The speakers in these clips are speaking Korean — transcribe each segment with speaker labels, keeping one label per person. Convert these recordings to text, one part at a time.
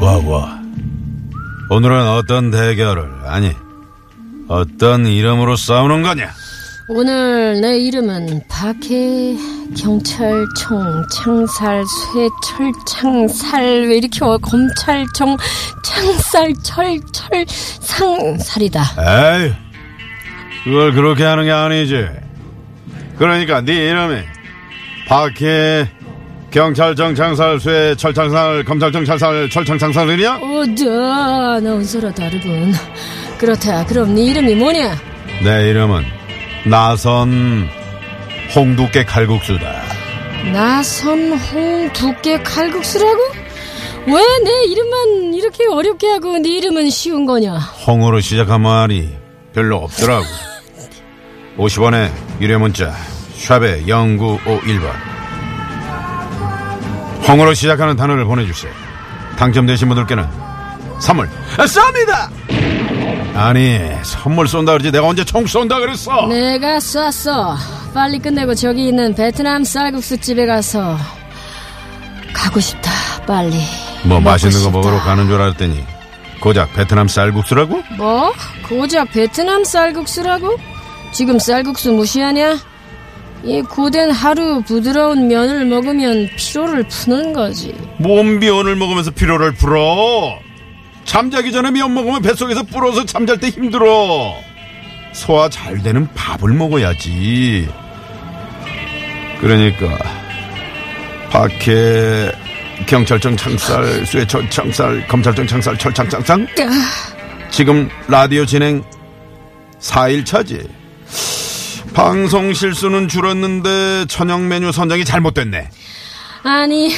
Speaker 1: 와와 오늘은 어떤 대결을 아니 어떤 이름으로 싸우는 거냐
Speaker 2: 오늘 내 이름은 박해 경찰청 창살 쇠철 창살 왜 이렇게 와 검찰청 창살 철철 상살이다
Speaker 1: 에이 그걸 그렇게 하는 게 아니지 그러니까 네 이름이 박해 경찰청 창살 쇠 철창살 검찰청 찰살 철창창살이냐
Speaker 2: 오다 나운서라 다르군 그렇다 그럼 네 이름이 뭐냐
Speaker 1: 내 이름은 나선 홍두깨 칼국수다
Speaker 2: 나선홍 두께 칼국수라고 왜 내 이름만 이렇게 어렵게 하고 네 이름은 쉬운 거냐
Speaker 1: 홍으로 시작한 말이 별로 없더라고 50원에 유료 문자 샵에 0951번 홍으로 시작하는 단어를 보내주세요 당첨되신 분들께는 선물
Speaker 2: 아,
Speaker 1: 쏩니다 아니 선물 쏜다 그러지 내가 언제 총 쏜다 그랬어
Speaker 2: 내가 쐈어. 빨리 끝내고 저기 있는 베트남 쌀국수 집에 가서 가고 싶다. 빨리.
Speaker 1: 뭐
Speaker 2: 먹고
Speaker 1: 맛있는 거
Speaker 2: 싶다.
Speaker 1: 먹으러 가는 줄 알았더니 고작 베트남 쌀국수라고?
Speaker 2: 뭐? 고작 베트남 쌀국수라고? 지금 쌀국수 무시하냐? 이 고된 하루 부드러운 면을 먹으면 피로를 푸는 거지.
Speaker 1: 몸비원을 먹으면서 피로를 풀어. 잠자기 전에 면 먹으면 뱃속에서 불어서 잠잘 때 힘들어. 소화 잘 되는 밥을 먹어야지. 그러니까 박해 경찰청 창살, 쇠철 창살, 검찰청 창살, 철창 창상. 지금 라디오 진행 4일차지. 방송 실수는 줄었는데 저녁 메뉴 선정이 잘못됐네.
Speaker 2: 아니,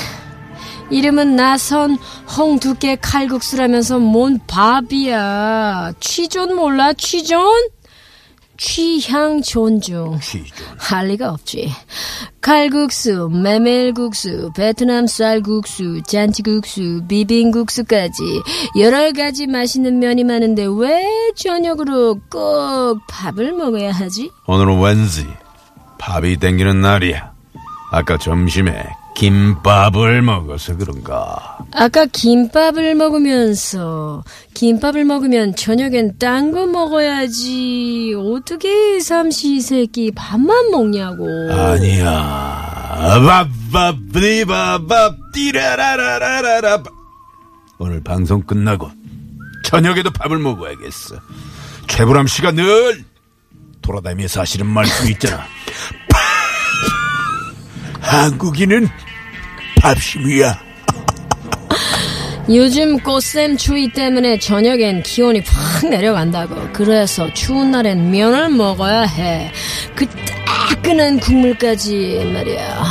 Speaker 2: 이름은 나선 홍두깨 칼국수라면서 뭔 밥이야. 취존 몰라, 취존? 취향 존중.
Speaker 1: 취조.
Speaker 2: 할 리가 없지. 칼국수, 메밀국수, 베트남 쌀국수, 잔치국수, 비빔국수까지 여러 가지 맛있는 면이 많은데 왜 저녁으로 꼭 밥을 먹어야 하지?
Speaker 1: 오늘은 왠지 밥이 땡기는 날이야. 아까 점심에 김밥을 먹어서 그런가.
Speaker 2: 아까 김밥을 먹으면서 김밥을 먹으면 저녁엔 딴 거 먹어야지 어떻게 삼시세끼 밥만 먹냐고
Speaker 1: 아니야. 밥밥디밥밥 띠라라라라라. 오늘 방송 끝나고 저녁에도 밥을 먹어야겠어. 최불암 씨가 늘 돌아다니면서 하시는 말씀 있잖아. 한국인은 밥심이야.
Speaker 2: 요즘 꽃샘 추위 때문에 저녁엔 기온이 확 내려간다고 그래서 추운 날엔 면을 먹어야 해그 따끈한 국물까지 말이야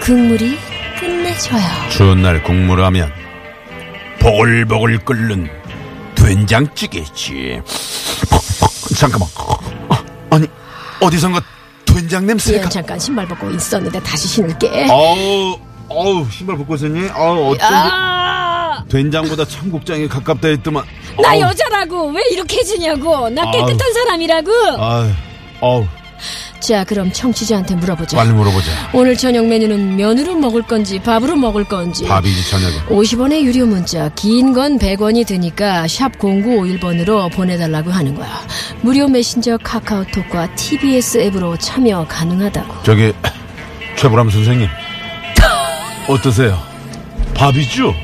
Speaker 2: 국물이 끝내줘요
Speaker 1: 추운 날 국물하면 보글보글 끓는 된장찌개지. 잠깐만. 아, 아니 어디선가 된장 냄새가. 어,
Speaker 2: 지금 잠깐 신발 벗고 있었는데 다시 신을게
Speaker 1: 아우 아우 신발 벗고 있었니? 아우 어쩐지
Speaker 2: 아!
Speaker 1: 된장보다 청국장이 가깝다 했더만.
Speaker 2: 나
Speaker 1: 아우,
Speaker 2: 여자라고 왜 이렇게 해주냐고 나
Speaker 1: 아유.
Speaker 2: 깨끗한 사람이라고
Speaker 1: 아유 아우
Speaker 2: 자 그럼 청취자한테 물어보자
Speaker 1: 빨리 물어보자.
Speaker 2: 오늘 저녁 메뉴는 면으로 먹을 건지 밥으로 먹을 건지
Speaker 1: 밥이지 저녁에.
Speaker 2: 50원의 유료 문자 긴 건 100원이 드니까 샵 0951번으로 보내달라고 하는 거야 무료 메신저 카카오톡과 TBS 앱으로 참여 가능하다고
Speaker 1: 저기 최보람 선생님 어떠세요? 밥이죠?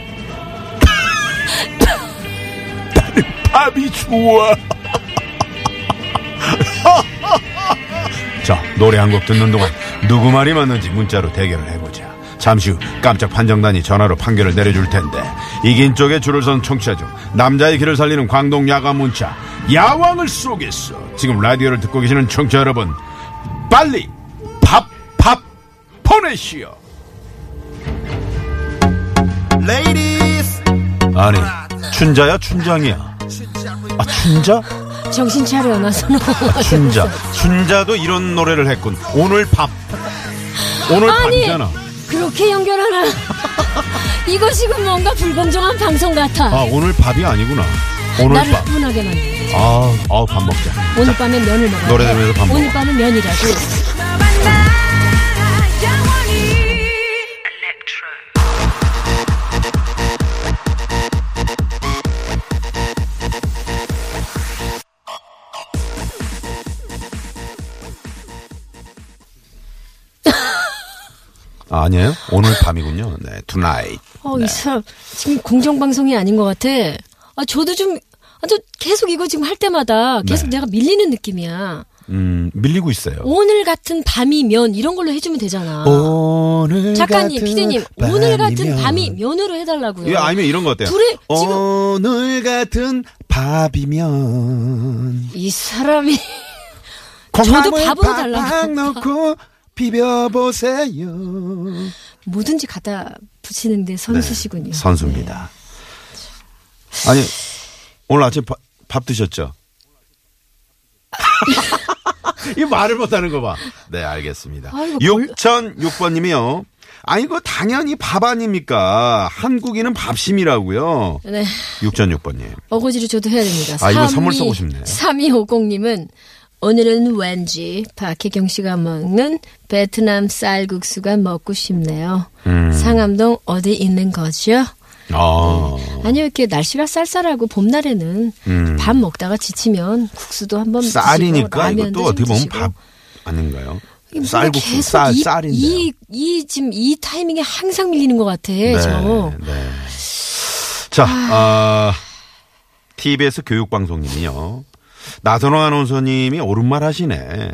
Speaker 1: 나는 밥이 좋아. 자 노래 한 곡 듣는 동안 누구 말이 맞는지 문자로 대결을 해보자. 잠시 후 깜짝 판정단이 전화로 판결을 내려줄 텐데 이긴 쪽에 줄을 선 청취자 중 남자의 길을 살리는 광동 야간 문자 야왕을 쏘겠어 지금 라디오를 듣고 계시는 청취자 여러분 빨리 밥 밥 보내시오 아니 춘자야 춘장이야 아 춘자? 아,
Speaker 2: 정신 차려 나선호.
Speaker 1: 춘자 춘자도 이런 노래를 했군 오늘 밤 오늘
Speaker 2: 아니
Speaker 1: 밤이잖아
Speaker 2: 그렇게 연결하나? 이거 지금 뭔가 불공정한 방송 같아.
Speaker 1: 아 오늘 밥이 아니구나 오늘
Speaker 2: 나를
Speaker 1: 밤
Speaker 2: 흥분하게 만드네.
Speaker 1: 아, 아우 밥 먹자
Speaker 2: 오늘 밤에 면을 먹어.
Speaker 1: 노래 들으면서 밥
Speaker 2: 오늘
Speaker 1: 먹어.
Speaker 2: 밤은 면이라고.
Speaker 1: 아, 아니에요 오늘 밤이군요 네 tonight
Speaker 2: 어, 이 사람 지금 공정방송이 아닌 것 같아. 아, 저도 좀, 아, 저 계속 이거 지금 할 때마다 계속
Speaker 1: 네.
Speaker 2: 내가 밀리는 느낌이야.
Speaker 1: 음 밀리고 있어요
Speaker 2: 오늘 같은 밤이면 이런 걸로 해주면 되잖아.
Speaker 1: 오늘
Speaker 2: 작가님, 피디님, 오늘 같은
Speaker 1: 밤이면.
Speaker 2: 밤이 면으로 해달라고요.
Speaker 1: 예, 아니면 이런 거 어때요?
Speaker 2: 둘이 지금-
Speaker 1: 오늘 같은 밥이면
Speaker 2: 이 사람이 저도
Speaker 1: 콩나물
Speaker 2: 밥으로 달라고.
Speaker 1: 팍팍 넣고 비벼보세요
Speaker 2: 뭐든지 갖다 붙이는데 선수시군요.
Speaker 1: 네, 선수입니다 아니 오늘 아침 밥, 밥 드셨죠? 이 말을 못하는 거 봐. 네, 알겠습니다.
Speaker 2: 아이고, 뭐. 뭘-
Speaker 1: 6006번님이요. 아이고, 당연히 밥 아닙니까? 한국인은 밥심이라고요.
Speaker 2: 네. 네.
Speaker 1: 6006번님.
Speaker 2: 어거지로 저도 해야 됩니다.
Speaker 1: 아, 이거 선물 쏘고 싶네.
Speaker 2: 3250님은 오늘은 왠지 박혜경 씨가 먹는 베트남 쌀국수가 먹고 싶네요.
Speaker 1: 음.
Speaker 2: 상암동 어디 있는 거죠?
Speaker 1: 아.
Speaker 2: 아니요, 이렇게 날씨가 쌀쌀하고 봄날에는 밥 먹다가 지치면 국수도 한번 드시고
Speaker 1: 음. 쌀이니까 이것도
Speaker 2: 라면도 좀
Speaker 1: 어떻게 보면
Speaker 2: 드시고.
Speaker 1: 밥 아닌가요?
Speaker 2: 이게 뭔가
Speaker 1: 쌀국수
Speaker 2: 계속
Speaker 1: 쌀
Speaker 2: 이,
Speaker 1: 쌀인데요.
Speaker 2: 이, 이 지금 이 타이밍에 항상 밀리는 것 같아. 저.
Speaker 1: 네. 자, 아, TBS 교육방송님이요. 나선호 아나운서님이 옳은 말 하시네.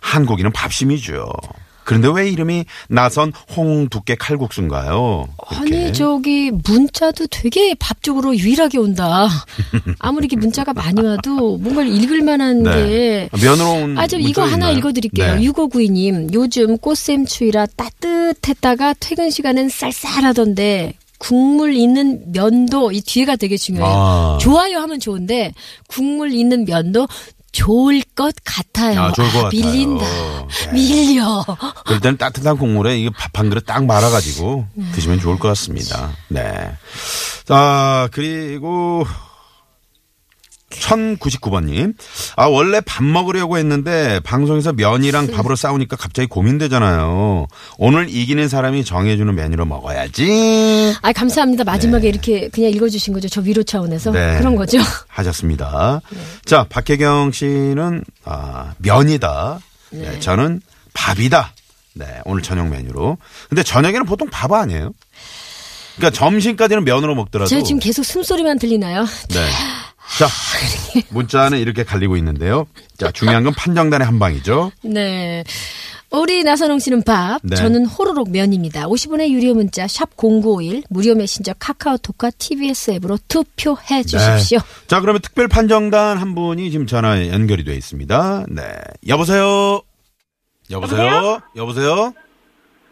Speaker 1: 한국인은 밥심이죠. 그런데 왜 이름이 나선 홍 두께 칼국수인가요? 이렇게.
Speaker 2: 아니 저기 문자도 되게 밥 쪽으로 유일하게 온다. 아무리 이렇게 문자가 많이 와도 뭔가를 읽을 만한
Speaker 1: 네.
Speaker 2: 게.
Speaker 1: 면으로 온
Speaker 2: 아, 저
Speaker 1: 문자
Speaker 2: 이거 하나
Speaker 1: 있나요?
Speaker 2: 읽어드릴게요.
Speaker 1: 네.
Speaker 2: 6592님, 요즘 꽃샘 추위라 따뜻했다가 퇴근 시간엔 쌀쌀하던데, 국물 있는 면도, 이 뒤에가 되게 중요해요.
Speaker 1: 아.
Speaker 2: 좋아요 하면 좋은데, 국물 있는 면도 좋을 것 같아요.
Speaker 1: 아, 좋을 것 같아요.
Speaker 2: 밀린다.
Speaker 1: 네.
Speaker 2: 밀려.
Speaker 1: 그럴 때는 따뜻한 국물에 이게 밥 한 그릇 딱 말아가지고 드시면 좋을 것 같습니다. 네. 자, 그리고 1099번님. 아, 원래 밥 먹으려고 했는데 방송에서 면이랑 밥으로 싸우니까 갑자기 고민되잖아요. 오늘 이기는 사람이 정해주는 메뉴로 먹어야지.
Speaker 2: 아, 감사합니다. 마지막에 이렇게 그냥 읽어주신 거죠. 저 위로 차원에서.
Speaker 1: 네.
Speaker 2: 그런 거죠.
Speaker 1: 하셨습니다.
Speaker 2: 네.
Speaker 1: 자, 박혜경 씨는 아, 면이다. 네, 저는 밥이다. 네, 오늘 저녁 메뉴로. 근데 저녁에는 보통 밥 아니에요? 그러니까 점심까지는 면으로 먹더라도.
Speaker 2: 제가 지금 아, 계속 숨소리만 들리나요?
Speaker 1: 네. 자, 문자는 이렇게 갈리고 있는데요. 자, 중요한 건 판정단의 한 방이죠.
Speaker 2: 네. 우리 나선홍 씨는 밥,
Speaker 1: 네.
Speaker 2: 저는 호로록 면입니다. 50원의 유료 문자 샵 0951, 무료 메신저 카카오톡과 TBS 앱으로 투표해 주십시오.
Speaker 1: 네. 자, 그러면 특별 판정단 한 분이 지금 전화에 연결이 되어 있습니다. 네. 여보세요? 여보세요? 여보세요?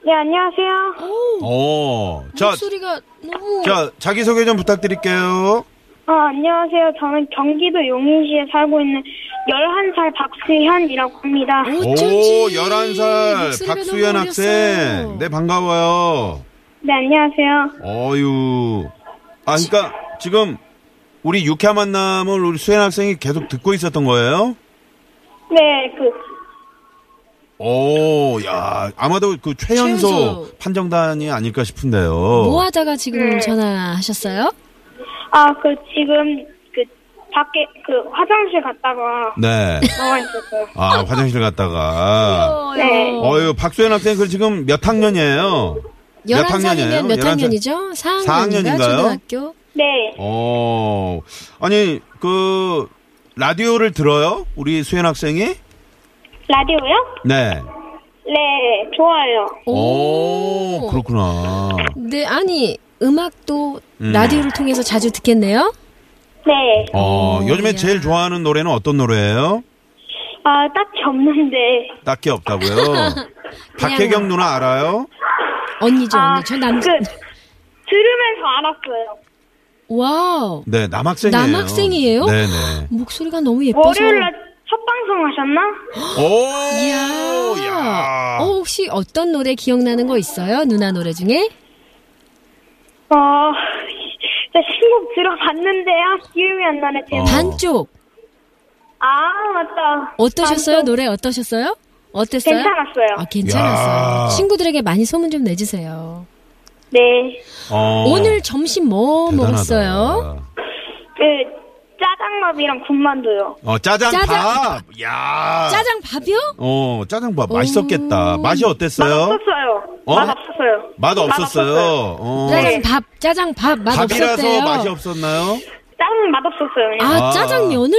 Speaker 3: 네, 안녕하세요.
Speaker 1: 오. 자,
Speaker 2: 목소리가 너무
Speaker 1: 자, 자기소개 좀 부탁드릴게요.
Speaker 3: 어, 안녕하세요. 저는 경기도 용인시에 살고 있는 11살 박수현이라고 합니다.
Speaker 2: 어쩐지
Speaker 1: 오, 11살.
Speaker 2: 목소리가
Speaker 1: 박수현
Speaker 2: 너무 어렸어요.
Speaker 1: 학생. 네, 반가워요.
Speaker 3: 네, 안녕하세요.
Speaker 1: 어유. 아, 그러니까 지금 우리 유쾌한 만남을 우리 수현 학생이 계속 듣고 있었던 거예요?
Speaker 3: 네, 그,
Speaker 1: 오, 야, 아마도 그 최연소,
Speaker 2: 최연소.
Speaker 1: 판정단이 아닐까 싶은데요.
Speaker 2: 뭐 하다가 지금
Speaker 3: 네.
Speaker 2: 전화하셨어요?
Speaker 3: 아, 그, 지금, 그, 밖에, 그, 화장실 갔다가
Speaker 1: 네.
Speaker 3: 나와 있었어요.
Speaker 1: 아, 화장실 갔다가.
Speaker 3: 네.
Speaker 1: 어유, 박수현 학생 그 지금 몇 학년이에요? 몇
Speaker 2: 11살이면 몇
Speaker 1: 11살?
Speaker 2: 학년이죠? 4학년인가?
Speaker 1: 4학년인가요?
Speaker 2: 초등학교?
Speaker 3: 네,
Speaker 1: 어, 아니, 그, 라디오를 들어요? 우리 수현 학생이?
Speaker 3: 라디오요?
Speaker 1: 네.
Speaker 3: 네, 좋아요.
Speaker 1: 어, 오, 그렇구나.
Speaker 2: 네, 아니 음악도
Speaker 1: 음.
Speaker 2: 라디오를 통해서 자주 듣겠네요.
Speaker 3: 네.
Speaker 1: 어,
Speaker 2: 오,
Speaker 1: 요즘에
Speaker 2: 야.
Speaker 1: 제일 좋아하는 노래는 어떤 노래예요?
Speaker 3: 아, 딱히 없는데.
Speaker 1: 딱히 없다고요. 박혜경
Speaker 2: 뭐.
Speaker 1: 누나 알아요?
Speaker 2: 언니죠,
Speaker 3: 아,
Speaker 2: 언니. 저 남.
Speaker 3: 그, 들으면서 알았어요.
Speaker 2: 와우.
Speaker 1: 네, 남학생이에요.
Speaker 2: 남학생이에요?
Speaker 1: 네네.
Speaker 2: 목소리가 너무 예뻐서.
Speaker 3: 월요일 날첫 방송 하셨나?
Speaker 1: 오!
Speaker 2: 이야.
Speaker 1: 야.
Speaker 2: 어, 혹시 어떤 노래 기억나는 거 있어요? 누나 노래 중에?
Speaker 3: 어, 제 신곡 들어봤는데, 아, 기억이 안 나네, 제목.
Speaker 1: 어.
Speaker 2: 반쪽.
Speaker 3: 아, 맞다.
Speaker 2: 어떠셨어요? 노래 어떠셨어요? 어땠어요?
Speaker 3: 괜찮았어요.
Speaker 2: 아, 괜찮았어요.
Speaker 1: 야.
Speaker 2: 친구들에게 많이 소문 좀 내주세요.
Speaker 3: 네.
Speaker 1: 어.
Speaker 2: 오늘 점심 뭐
Speaker 1: 대단하다.
Speaker 2: 먹었어요?
Speaker 3: 그, 짜장밥이랑 군만두요.
Speaker 1: 어, 짜장밥.
Speaker 2: 짜장-
Speaker 1: 야.
Speaker 2: 짜장 밥이요?
Speaker 1: 어, 짜장밥 맛있었겠다. 맛이 어땠어요?
Speaker 3: 맛없었어요.
Speaker 1: 어?
Speaker 3: 맛없었어요.
Speaker 1: 맛 없었어요. 어.
Speaker 2: 짜장 밥, 짜장 밥 맛
Speaker 1: 밥이라서
Speaker 2: 없었대요.
Speaker 1: 맛이 없었나요?
Speaker 3: 짠 맛없었어요. 그냥.
Speaker 2: 아,
Speaker 1: 아.
Speaker 2: 짜장면을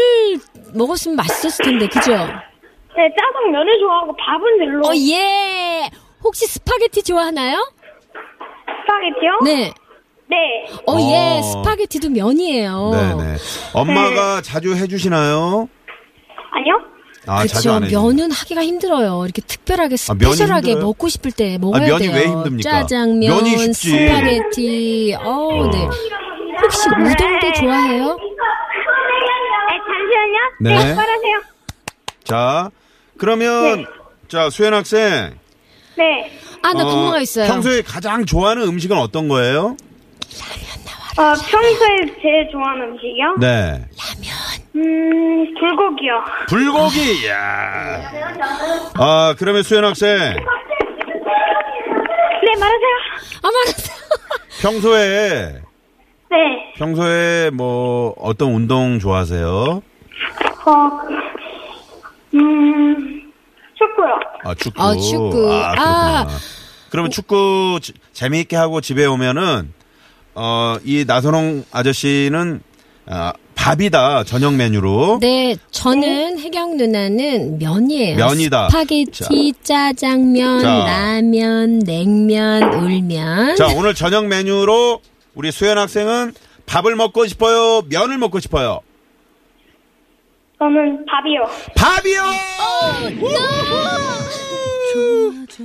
Speaker 2: 먹었으면 맛있었을 텐데, 그죠?
Speaker 3: 네, 짜장면을 좋아하고 밥은 별로.
Speaker 2: 어, 예. 혹시 스파게티 좋아하나요?
Speaker 3: 스파게티요?
Speaker 2: 네.
Speaker 3: 네.
Speaker 2: 어,
Speaker 1: 어.
Speaker 2: 예. 스파게티도 면이에요.
Speaker 1: 네네. 엄마가
Speaker 2: 네.
Speaker 1: 자주 해주시나요?
Speaker 3: 아니요?
Speaker 1: 아, 자주
Speaker 2: 그렇죠.
Speaker 1: 안 해주시나요?
Speaker 2: 면은 하기가 힘들어요. 이렇게 특별하게
Speaker 1: 아, 면이
Speaker 2: 스페셜하게
Speaker 1: 힘들어요? 아,
Speaker 2: 먹고 싶을 때 먹어야
Speaker 1: 면이
Speaker 2: 돼요.
Speaker 1: 왜 힘듭니까?
Speaker 2: 짜장면,
Speaker 1: 면이 쉽지.
Speaker 2: 스파게티. 어우, 네. 혹시 우동도 좋아해요?
Speaker 3: 네, 잠시만요.
Speaker 1: 네.
Speaker 3: 네, 말하세요.
Speaker 1: 자, 그러면
Speaker 3: 네.
Speaker 1: 자 수현 학생.
Speaker 3: 네.
Speaker 2: 아, 나
Speaker 1: 어,
Speaker 2: 궁금한 거 있어요.
Speaker 1: 평소에 가장 좋아하는 음식은 어떤 거예요?
Speaker 3: 어, 평소에 제일 좋아하는 음식이요?
Speaker 1: 네,
Speaker 3: 음, 불고기요.
Speaker 1: 불고기. 야. 아, 그러면 수현 학생
Speaker 3: 네, 말하세요.
Speaker 2: 아, 말하세요.
Speaker 1: 평소에
Speaker 3: 네.
Speaker 1: 평소에 뭐 어떤 운동 좋아하세요?
Speaker 3: 어, 음, 축구요.
Speaker 1: 아 축구.
Speaker 2: 아, 축구.
Speaker 1: 아, 그렇구나.
Speaker 2: 아.
Speaker 1: 그러면 축구 지- 재미있게 하고 집에 오면은 어 이 나선홍 아저씨는 아, 밥이다 저녁 메뉴로.
Speaker 2: 네, 저는 혜경 누나는 면이에요.
Speaker 1: 어? 면이다.
Speaker 2: 스파게티, 짜장면,
Speaker 1: 자.
Speaker 2: 라면, 냉면, 울면.
Speaker 1: 자 오늘 저녁 메뉴로 우리 수현 학생은 밥을 먹고 싶어요, 면을 먹고 싶어요.
Speaker 3: 저는 밥이요.
Speaker 1: 밥이요.
Speaker 2: 네.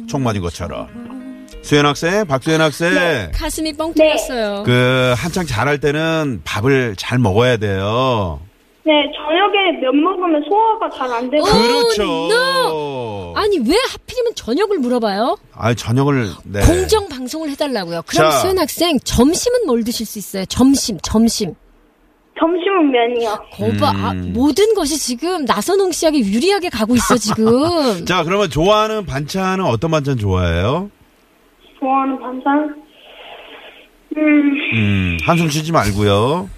Speaker 1: 총 맞은 것처럼. 수현 학생, 박수현 학생.
Speaker 2: 가슴이 뻥 뚫렸어요.
Speaker 1: 그 한창 잘할 때는 밥을 잘 먹어야 돼요.
Speaker 3: 네, 저녁에 면 먹으면 소화가 잘 안 되고.
Speaker 2: 어?
Speaker 1: 그렇죠.
Speaker 2: 네. 아니 왜 하필이면 저녁을 물어봐요?
Speaker 1: 아, 저녁을 네.
Speaker 2: 공정 방송을 해달라고요. 그럼
Speaker 1: 자.
Speaker 2: 수현 학생 점심은 뭘 드실 수 있어요? 점심, 점심.
Speaker 3: 점심은 면이요.
Speaker 2: 거봐, 아,
Speaker 1: 음.
Speaker 2: 모든 것이 지금 나선홍 씨에게 유리하게 가고 있어 지금.
Speaker 1: 자, 그러면 좋아하는 반찬은 어떤 반찬 좋아해요?
Speaker 3: 좋아하는 반찬? 음,
Speaker 1: 음, 한숨 쉬지 말고요.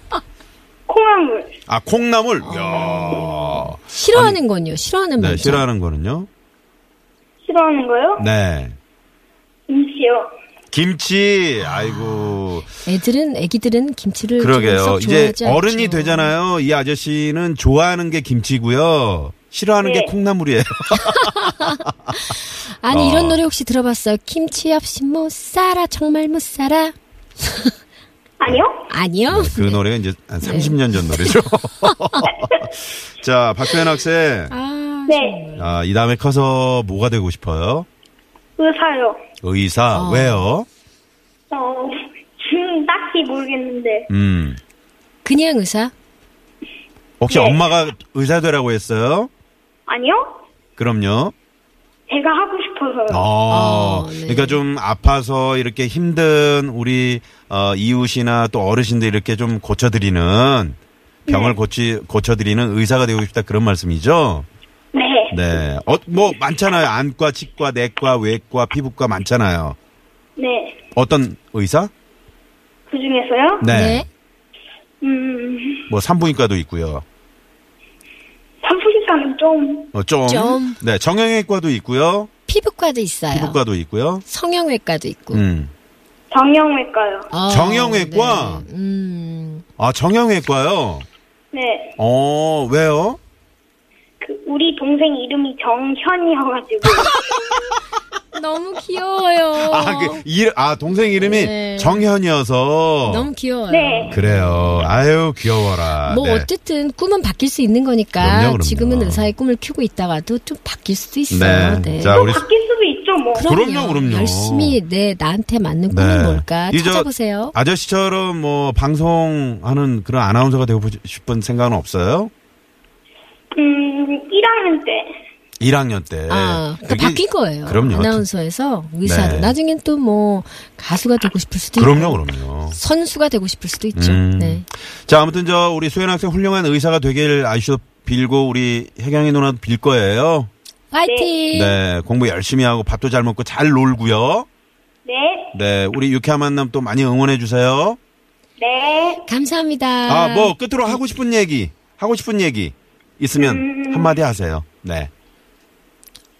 Speaker 3: 콩나물.
Speaker 1: 아, 콩나물.
Speaker 2: 아,
Speaker 1: 야.
Speaker 2: 싫어하는 건요. 싫어하는
Speaker 1: 네,
Speaker 2: 반찬.
Speaker 1: 싫어하는 거는요?
Speaker 3: 싫어하는 거요?
Speaker 1: 네.
Speaker 3: 김치요.
Speaker 1: 김치. 아이고.
Speaker 2: 애들은 애기들은 김치를
Speaker 1: 그러게요.
Speaker 2: 썩
Speaker 1: 이제
Speaker 2: 좋아하지
Speaker 1: 어른이
Speaker 2: 않죠.
Speaker 1: 되잖아요. 이 아저씨는 좋아하는 게 김치고요. 싫어하는
Speaker 3: 네.
Speaker 1: 게 콩나물이에요.
Speaker 2: 아니
Speaker 1: 어.
Speaker 2: 이런 노래 혹시 들어봤어요? 김치 없이 못 살아 정말 못 살아.
Speaker 3: 아니요?
Speaker 2: 아니요.
Speaker 1: 그 노래가 이제
Speaker 2: 네.
Speaker 1: 한 30년 전 노래죠. 자, 박수현 학생.
Speaker 2: 아,
Speaker 3: 네.
Speaker 1: 아, 이 다음에 커서 뭐가 되고 싶어요?
Speaker 3: 의사요.
Speaker 1: 의사.
Speaker 2: 어.
Speaker 1: 왜요?
Speaker 3: 어, 지금 딱히 모르겠는데.
Speaker 1: 음.
Speaker 2: 그냥 의사.
Speaker 1: 혹시
Speaker 3: 네.
Speaker 1: 엄마가 의사 되라고 했어요?
Speaker 3: 아니요?
Speaker 1: 그럼요.
Speaker 3: 제가 하고 싶어서요.
Speaker 1: 어,
Speaker 2: 네.
Speaker 1: 그러니까 좀 아파서 이렇게 힘든 우리 어, 이웃이나 또 어르신들 이렇게 좀 고쳐드리는 병을 고치 고쳐드리는 의사가 되고 싶다 그런 말씀이죠.
Speaker 3: 네.
Speaker 1: 네, 어, 뭐 많잖아요. 안과, 치과, 내과, 외과, 피부과 많잖아요.
Speaker 3: 네.
Speaker 1: 어떤 의사?
Speaker 3: 그 중에서요?
Speaker 1: 네,
Speaker 3: 음,
Speaker 1: 뭐 산부인과도 있고요.
Speaker 3: 산부인과는 좀,
Speaker 1: 어, 좀,
Speaker 2: 좀.
Speaker 1: 네, 정형외과도 있고요.
Speaker 2: 피부과도 있어요.
Speaker 1: 피부과도 있고요.
Speaker 2: 성형외과도 있고.
Speaker 1: 음,
Speaker 3: 정형외과요.
Speaker 2: 어,
Speaker 1: 정형외과?
Speaker 2: 네. 음.
Speaker 1: 아 정형외과요.
Speaker 3: 네.
Speaker 1: 어, 왜요?
Speaker 3: 그, 우리 동생 이름이 정현이어가지고.
Speaker 2: 너무 귀여워요.
Speaker 1: 아, 그, 일, 아, 동생 이름이
Speaker 2: 어. 네.
Speaker 1: 정현이어서.
Speaker 2: 너무 귀여워요.
Speaker 3: 네.
Speaker 1: 그래요. 아유, 귀여워라.
Speaker 2: 뭐
Speaker 1: 네.
Speaker 2: 어쨌든 꿈은 바뀔 수 있는 거니까
Speaker 1: 그럼요, 그럼요.
Speaker 2: 지금은 의사의 꿈을 키우고 있다가도 좀 바뀔 수도
Speaker 1: 네.
Speaker 2: 있어요. 네.
Speaker 1: 자, 우리.
Speaker 3: 바뀔 수도 있죠, 뭐.
Speaker 1: 그럼요, 그럼요.
Speaker 2: 열심히 내 나한테 맞는 꿈이 뭘까
Speaker 1: 네. 이 저-
Speaker 2: 찾아보세요.
Speaker 1: 아저씨처럼 뭐 방송하는 그런 아나운서가 되고 싶은 생각은 없어요?
Speaker 3: 음, 1학년 때.
Speaker 1: 1학년 때.
Speaker 2: 아, 그러니까
Speaker 1: 네. 그게-
Speaker 2: 바뀔 거예요.
Speaker 1: 그럼요.
Speaker 2: 아나운서에서 의사로.
Speaker 1: 네.
Speaker 2: 나중엔 또 뭐 가수가 되고 싶을 수도 있고
Speaker 1: 그럼요, 그럼요.
Speaker 2: 선수가 되고 싶을 수도 있죠.
Speaker 1: 음.
Speaker 2: 네.
Speaker 1: 자, 아무튼 저 우리 소연 학생 훌륭한 의사가 되길 아이쇼 빌고 우리 혜경이 누나도 빌 거예요.
Speaker 2: 파이팅.
Speaker 1: 네, 공부 열심히 하고 밥도 잘 먹고 잘 놀고요.
Speaker 3: 네.
Speaker 1: 네, 우리 유쾌한 만남 또 많이 응원해 주세요.
Speaker 3: 네.
Speaker 2: 감사합니다.
Speaker 1: 아, 뭐 끝으로 하고 싶은 얘기, 하고 싶은 얘기 있으면
Speaker 2: 음.
Speaker 1: 한마디 하세요. 네.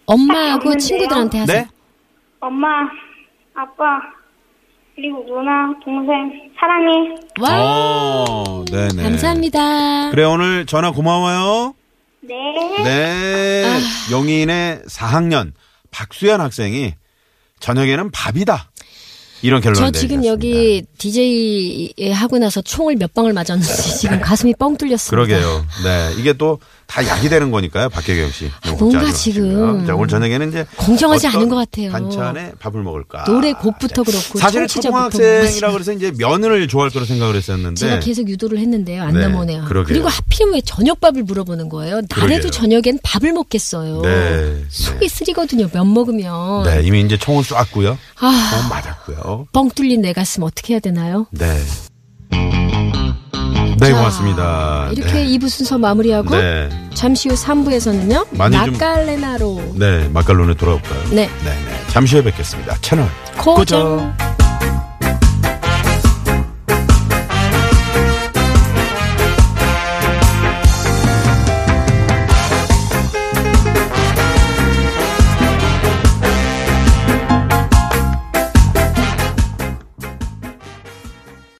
Speaker 2: 엄마하고
Speaker 3: 없는데요?
Speaker 2: 친구들한테 하세요.
Speaker 1: 네?
Speaker 3: 엄마, 아빠, 그리고 누나, 동생, 사랑해.
Speaker 2: 와. 아,
Speaker 1: 어, 네, 네.
Speaker 2: 감사합니다.
Speaker 1: 그래 오늘 전화 고마워요.
Speaker 3: 네.
Speaker 1: 네.
Speaker 2: 아.
Speaker 1: 영인의 4학년 박수현 학생이 저녁에는 밥이다. 이런 결론을 네,
Speaker 2: 저 지금
Speaker 1: 내리셨습니다.
Speaker 2: 여기 DJ 하고 나서 총을 몇 방을 맞았는지 지금 가슴이 뻥 뚫렸습니다.
Speaker 1: 네. 그러게요. 네. 이게 또 다 약이 되는 거니까요. 박혜경 씨. 네, 너무 걱정하지
Speaker 2: 아, 뭔가
Speaker 1: 마시고요.
Speaker 2: 지금
Speaker 1: 자, 오늘 저녁에는 이제
Speaker 2: 공정하지
Speaker 1: 어떤
Speaker 2: 않은 것 같아요.
Speaker 1: 반찬에 밥을 먹을까? 네.
Speaker 2: 노래 곡부터 그렇고
Speaker 1: 사실
Speaker 2: 청취자부터
Speaker 1: 초등학생이라
Speaker 2: 뭔가
Speaker 1: 그래서 이제 면을 좋아할 거라 생각을 했었는데
Speaker 2: 제가 계속 유도를 했는데요. 안
Speaker 1: 네,
Speaker 2: 넘어오네요.
Speaker 1: 그러게요.
Speaker 2: 그리고 하필이면 왜 저녁밥을 물어보는 거예요?
Speaker 1: 그러게요.
Speaker 2: 낮에도 저녁엔 밥을 먹겠어요.
Speaker 1: 네,
Speaker 2: 속이 쓰리거든요. 면 먹으면.
Speaker 1: 네, 이미 이제 총을 쐈고요.
Speaker 2: 아.
Speaker 1: 총은 맞았고요.
Speaker 2: 뻥 뚫린 내 가슴 어떻게 해야 되나요?
Speaker 1: 네. 네,
Speaker 2: 자,
Speaker 1: 고맙습니다.
Speaker 2: 이렇게 이 2부 순서 마무리하고
Speaker 1: 아, 네.
Speaker 2: 잠시 후 3부에서는요.
Speaker 1: 많이 좀-
Speaker 2: 마칼레나로
Speaker 1: 네, 마칼론에 돌아올까요?
Speaker 2: 네.
Speaker 1: 네, 네. 잠시 후에 뵙겠습니다. 채널.
Speaker 2: 고정.
Speaker 1: 고정.